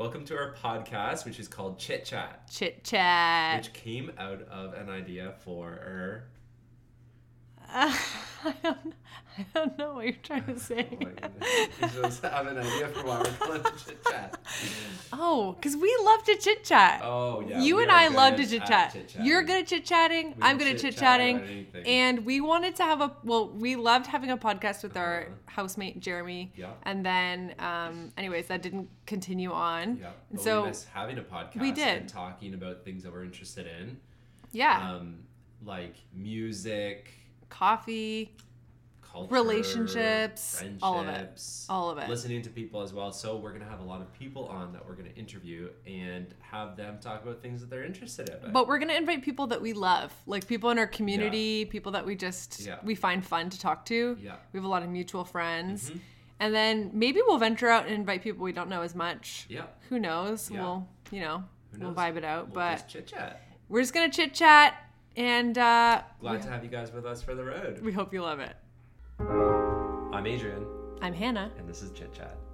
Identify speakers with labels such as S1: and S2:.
S1: Welcome to our podcast, which is called Chit Chat,
S2: Chit chat.
S1: which came out of an idea for.
S2: Uh, I don't. I don't know what you're trying to
S1: Oh
S2: say.
S1: my goodness. It's just- I have an idea for why we're calling it Chit Chat.
S2: Oh, because we love to chit chat.
S1: Oh yeah.
S2: you
S1: we
S2: and
S1: are
S2: I love
S1: good
S2: to
S1: at
S2: chit chat.
S1: chit-chatting.
S2: You're good at chit chatting.
S1: We can
S2: I'm good at chit
S1: chit-chat about
S2: chatting.
S1: anything.
S2: And we wanted to have a well, we loved having a podcast with our housemate Jeremy.
S1: Uh-huh. Yeah.
S2: And then, um, anyways, that didn't continue on.
S1: Yeah.
S2: And
S1: But
S2: so
S1: we miss having a podcast.
S2: we did.
S1: And talking about things that we're interested in,
S2: yeah,
S1: um, like music,
S2: coffee,
S1: culture,
S2: Relationships, all of it.
S1: friendships,
S2: All of it.
S1: Listening to people as well. So we're gonna have a lot of people on that we're gonna interview and have them talk about things that they're interested in.
S2: but we're gonna invite people that we love, like people in our community, people that we just
S1: Yeah.
S2: we find fun to talk to.
S1: Yeah.
S2: We have a lot of mutual friends.
S1: Mm-hmm.
S2: And then maybe we'll venture out and invite people we don't know as much.
S1: yeah.
S2: Who knows?
S1: Yeah.
S2: We'll, you know,
S1: Who
S2: we'll
S1: knows?
S2: vibe it out.
S1: We'll
S2: but
S1: just chit chat.
S2: we're just going to chit chat and uh,
S1: Glad to have you guys with us for the road.
S2: we hope you love it.
S1: I'm Adrian,
S2: I'm Hannah.
S1: and this is Chit Chat.